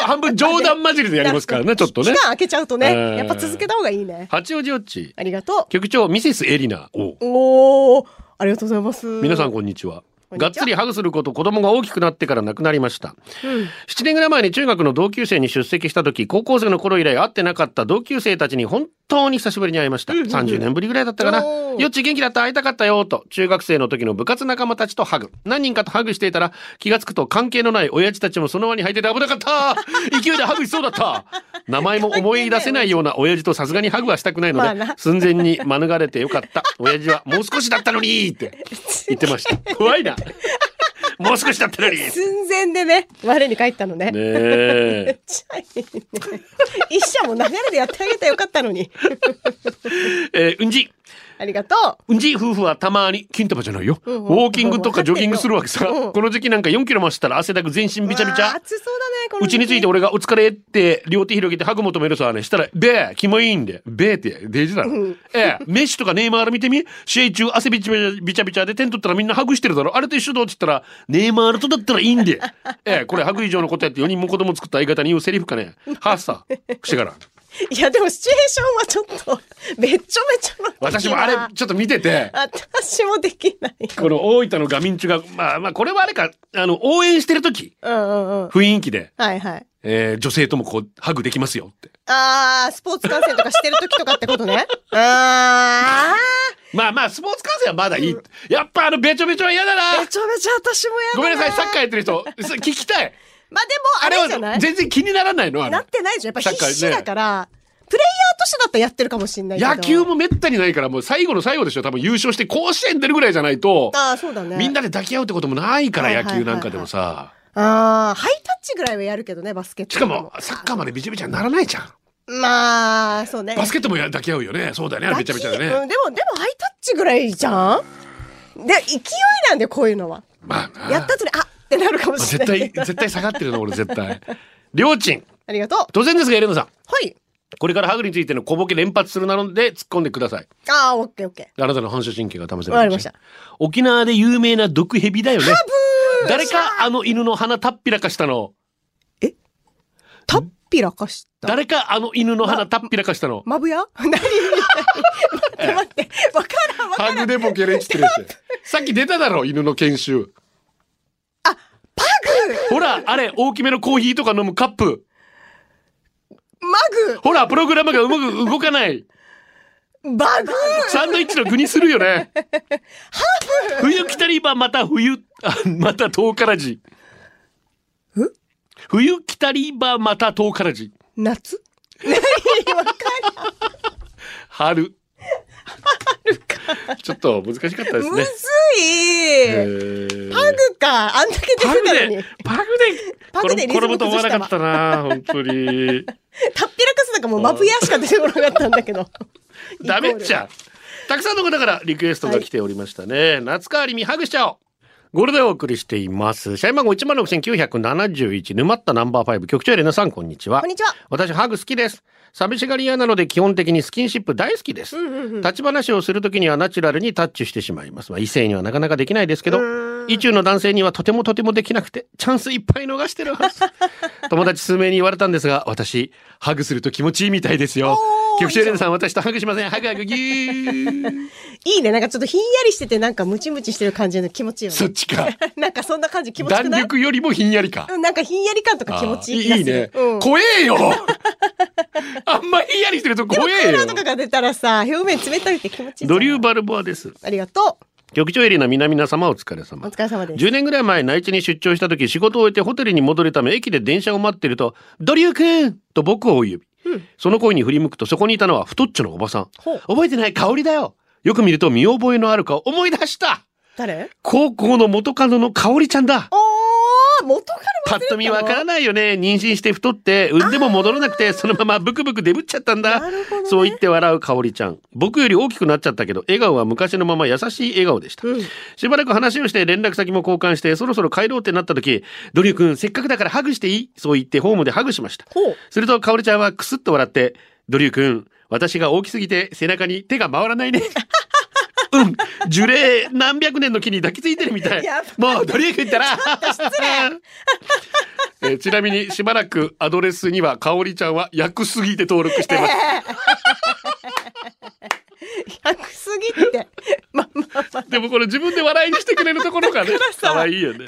Speaker 5: 半分冗談交じりでやりますからね、ちょっとね
Speaker 6: 期。間空けちゃうと
Speaker 5: え
Speaker 6: ね、
Speaker 5: ー
Speaker 6: やっぱ続けた方がいいね。
Speaker 5: 八王子よっち。
Speaker 6: ありがと
Speaker 5: 局長、ミセスエリナ。おう
Speaker 6: う。おお、ありがとうございます。
Speaker 5: 皆さんこんにちは。
Speaker 6: こんにち
Speaker 5: が
Speaker 6: は
Speaker 5: っつりハグすること子供が大きくなってから亡くなりました、7年ぐらい前に中学の同級生に出席した時高校生の頃以来会ってなかった同級生たちに本当に久しぶりに会いました、30年ぶりぐらいだったかな
Speaker 6: おー
Speaker 5: よっち元気だった会いたかったよと中学生の時の部活仲間たちとハグ何人かとハグしていたら気がつくと関係のない親父たちもその輪に入ってて危なかった 勢いでハグしそうだった名前も思い出せないような親父とさすがにハグはしたくないの
Speaker 6: まあ
Speaker 5: で
Speaker 6: な
Speaker 5: 寸前に免れてよかった親父はもう少しだったのにって言ってま した。怖いな。もう少しだったのに。ね
Speaker 6: 寸前でね、我に返ったのね。
Speaker 5: え。
Speaker 6: ちゃいいね。一社も流れでやってあげたらよかったのに。
Speaker 5: えーうんじ。
Speaker 6: ありがと
Speaker 5: うんじ夫婦はたまに、金玉じゃないよ。
Speaker 6: うんうん
Speaker 5: ウォーキングとかジョギングするわけさ。
Speaker 6: うん
Speaker 5: この時期なんか4キロも走ったら汗だく全身
Speaker 6: う。
Speaker 5: びちゃびち
Speaker 6: わあ
Speaker 5: ゃ。
Speaker 6: 暑そうだね、この
Speaker 5: うち
Speaker 6: 時期
Speaker 5: について俺がお疲れって両手広げてハグ求めるさねしたら「べえキモいんでべえってデイジだろ、ええメッシとかネイマール見てみ試合中汗びちゃびちゃびちゃびちゃで点取ったらみんなハグしてるだろあれと一緒だって言ったらネイマールとだったらいいん でええこれハグ以上のことやって4人も子供作った相方に言うセリフかねはっさ口 から
Speaker 6: いや、でもシチュエーションはちょっと、 めっちゃめちゃの時は
Speaker 5: 私もあれちょっと見てて
Speaker 6: 私もできない。
Speaker 5: この大分のガミンチュがまあまあこれはあれかあの応援してる時
Speaker 6: うんうんうん。
Speaker 5: 雰囲気で、
Speaker 6: はいはい。
Speaker 5: ええ女性ともこうハグできますよって
Speaker 6: あー、スポーツ観戦とかしてる時とかってこと ね。あ
Speaker 5: まあまあ、スポーツ観戦はまだいい。やっぱあの、べちょべちょは嫌だ
Speaker 6: ー、
Speaker 5: な
Speaker 6: め。ちゃめちゃ私もやだ
Speaker 5: ごめんなさい、サッカーやってる人、そ聞きたい。
Speaker 6: まあで
Speaker 5: あれ
Speaker 6: も、あれじゃな
Speaker 5: はい全然気にならないの、あ
Speaker 6: なっ
Speaker 5: れ。
Speaker 6: てないじゃん。やっぱ
Speaker 5: サッカーね
Speaker 6: 必死だから、プレイヤーとしてだったらやってるかもしれないけど。
Speaker 5: 野球もめったにないから、もう最後の最後でしょ。多分優勝して甲子園出るぐらいじゃないと、
Speaker 6: あー、そうだね。
Speaker 5: みんなで抱き合うってこともないか
Speaker 6: は
Speaker 5: ら、
Speaker 6: いはい
Speaker 5: 野
Speaker 6: はいはい
Speaker 5: 球なんかでもさ。
Speaker 6: ああ、ハイタッチぐらいはやるけどね、バスケット
Speaker 5: し
Speaker 6: と
Speaker 5: かも、サッカーまでびちゃびちゃにならないじゃん。
Speaker 6: まあ、そうね。
Speaker 5: バスケットもや抱き合うよね。そうだよね。あれべちゃべちゃだ
Speaker 6: う
Speaker 5: ね。
Speaker 6: んでも、でもハイタッチぐらいじゃんで、勢いなんだよ、こういうのは。
Speaker 5: まあな
Speaker 6: やった後に、あってなるかもし
Speaker 5: 絶
Speaker 6: れない
Speaker 5: 対、
Speaker 6: けど。
Speaker 5: 絶対下がってるの、俺絶対。りょうちん
Speaker 6: ありがとう。
Speaker 5: 当然ですがエレナさん
Speaker 6: はい。
Speaker 5: これからハグについての小ボケ連発するなので突っ込んでください
Speaker 6: ああ、オッケーオッケ
Speaker 5: あなたの反射神経が試せ
Speaker 6: ー。
Speaker 5: る
Speaker 6: わかりました。
Speaker 5: 沖縄で有名な毒蛇だよね誰かあの犬の鼻たっぴらかしたの
Speaker 6: たっぴらかした。
Speaker 5: 誰かあの犬の鼻たっぴらかしたの
Speaker 6: マブヤ 何待って待って。わからんわから
Speaker 5: ハ
Speaker 6: ん。
Speaker 5: グでボケれっつってるしさっき出ただろ犬の研修
Speaker 6: パ
Speaker 5: ほらあれ大きめのコーヒーとか飲むカップ
Speaker 6: グマ
Speaker 5: ほらプログラムがうまく動かない
Speaker 6: グバグ
Speaker 5: サンドイッチの具にするよね冬来たりばまた冬 あまた遠からじ冬来たりばまた遠からじ
Speaker 6: 夏
Speaker 5: 春春かちょっと難しかったです
Speaker 6: む
Speaker 5: ね
Speaker 6: ずい
Speaker 5: えー
Speaker 6: パグか。あんだけ出
Speaker 5: パグ
Speaker 6: てたのに
Speaker 5: で。、パグで、
Speaker 6: パグでリズム
Speaker 5: 転ぶと思わなかったな、本当に。
Speaker 6: たっぴらかすなんかもうマブヤしか出てこなかったんだけど。
Speaker 5: ダメっちゃ。たくさんの方からリクエストが来ておりましたね。夏川りみハグしちゃおう。ゴールでお送りしています。社員番号16,971、沼ったナンバー5、局長エレナさん、 こんにちは
Speaker 6: こん。にちは。
Speaker 5: 私、ハグ好きです。寂しがり屋なので基本的にスキンシップ大好きです。立ち話をするときにはナチュラルにタッチしてしまいます。まあ、異性にはなかなかできないですけど、意中の男性にはとてもとてもできなくて、チャンスいっぱい逃してるはず。友達数名に言われたんですが、私、ハグすると気持ちいいみたいですよ。局長エレンさん、私とハグしません。ハグハグギュー。
Speaker 6: いいね。なんかちょっとひんやりしてて、なんかムチムチしてる感じの気持ちいいよ
Speaker 5: そ
Speaker 6: ね
Speaker 5: っ。ちか。
Speaker 6: なんかそんな感じ気持ちよく
Speaker 5: 弾
Speaker 6: ない
Speaker 5: 力よりもひんやりか。
Speaker 6: うんなんかひんやり感とか気持ちいい気が
Speaker 5: あー
Speaker 6: す
Speaker 5: いね
Speaker 6: る。。うん。
Speaker 5: 怖えよあんまひんやりしてると怖え
Speaker 6: クー
Speaker 5: よ
Speaker 6: ラーとかが出たらさ、表面冷たくて気持ちいいじゃん。
Speaker 5: ドリューバルボアです。
Speaker 6: ありがと
Speaker 5: 局長エリナ皆々様お疲れ
Speaker 6: う。お
Speaker 5: 様。
Speaker 6: 疲れ様です。
Speaker 5: 10年ぐらい前、内地に出張した時、仕事を終えてホテルに戻るため、駅で電車を待っていると、ドリューくんと僕を呼び、その声に振り向くと、そこにいたのは太っちょのおばさん。
Speaker 6: ほう
Speaker 5: 覚えてない香りだよ。よく見ると見覚えのある顔、思い出した
Speaker 6: 誰
Speaker 5: 高校の元カノの香りちゃんだ。
Speaker 6: おー元から
Speaker 5: パッと見わからないよね。妊娠して太って、産んでも戻らなくて、そのままブクブクデブっちゃったんだ。
Speaker 6: なるほどね
Speaker 5: そう言って笑う香織ちゃん。僕より大きくなっちゃったけど、笑顔は昔のまま優しい笑顔でした。しばらく話をして連絡先も交換して、そろそろ帰ろうってなった時、ドリュー君、せっかくだからハグしていいそう言ってホームでハグしました。
Speaker 6: ほう。
Speaker 5: すると香織ちゃんはクスッと笑って、ドリュー君、私が大きすぎて背中に手が回らない ね。うん、樹齢何百年の木に抱きついてるみたい
Speaker 6: や。
Speaker 5: もうドリュー君ったら。 えーちなみにしばらくアドレスには香織ちゃんは薬すぎて登録してます。
Speaker 6: 100すぎって。まあまあまあ。
Speaker 5: でもこれ自分で笑いにしてくれるところ がね
Speaker 6: さ
Speaker 5: 可愛いよね。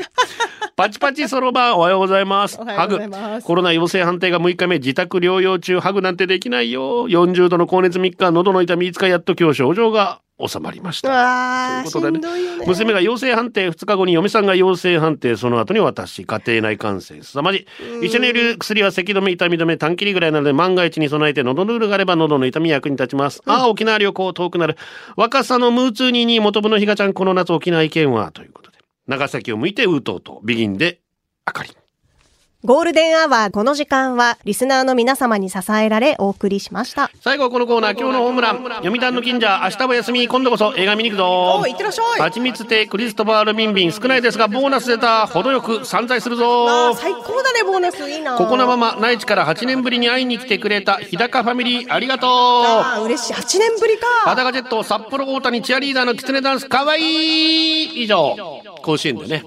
Speaker 5: パチパチそろばんおはようございます。
Speaker 6: おはよ
Speaker 5: ハ
Speaker 6: うご
Speaker 5: グ
Speaker 6: ざいます
Speaker 5: コロナ陽性判定が6日目自宅療養中ハグなんてできないよ。40度の高熱3日喉の痛み5日やっと今日症状が収まりまし
Speaker 6: う
Speaker 5: た。
Speaker 6: わ
Speaker 5: とい
Speaker 6: ー
Speaker 5: うことでね
Speaker 6: しんどいよね。
Speaker 5: 娘が陽性判定2日後に嫁さんが陽性判定その後に私家庭内感染すさまじい一緒にいる薬は咳止め痛み止め短切りぐらいなので万が一に備えて喉のルールがあれば喉の痛みに役に立ちます、ああ沖縄旅行遠くなる若さのムーツーニーに元部のひがちゃんこの夏沖縄意見はということで長崎を向いてウートウとビギンであかり
Speaker 6: ゴールデンアワー、この時間は、リスナーの皆様に支えられ、お送りしました。
Speaker 5: 最後はこのコーナー今日のホームラン読谷の近所明日も休み今度こそ映画見に行くぞ
Speaker 6: おういってらっしゃい
Speaker 5: 蜂蜜亭クリストファール・ビンビン少ないですがボーナス出た程よく散財する
Speaker 6: あ
Speaker 5: ぞ
Speaker 6: ー最高だね、ボーナス。いいな。
Speaker 5: ここのまま内地から8年ぶりに会いに来てくれた日高ファミリーありがと
Speaker 6: あ
Speaker 5: う
Speaker 6: ー嬉しい。8年ぶりか。
Speaker 5: 裸ジェット札幌大谷チアリーダーのキツネダンスかわいい以上甲子園でね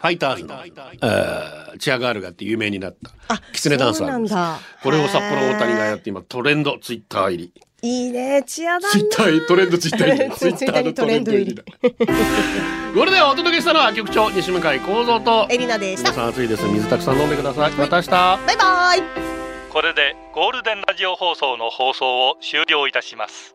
Speaker 5: ファイターズのえーチアガールがあって有名になったキツネダンスあるんです
Speaker 6: そうなんだ
Speaker 5: これを札幌大谷がやって今トレンドツイッター入り
Speaker 6: いいね、チアだな。
Speaker 5: ツイッタートレンドツイッター入り
Speaker 6: ツイッターにトレンド入り
Speaker 5: ツイッターのトレンド入りこれでお届けしたのは局長西向井光三と
Speaker 6: エリナでし
Speaker 5: 皆
Speaker 6: た。
Speaker 5: さん暑いです水たくさん飲んでくださいまた明日
Speaker 6: バイバイ。
Speaker 1: これでゴールデンラジオ放送の放送を終了いたします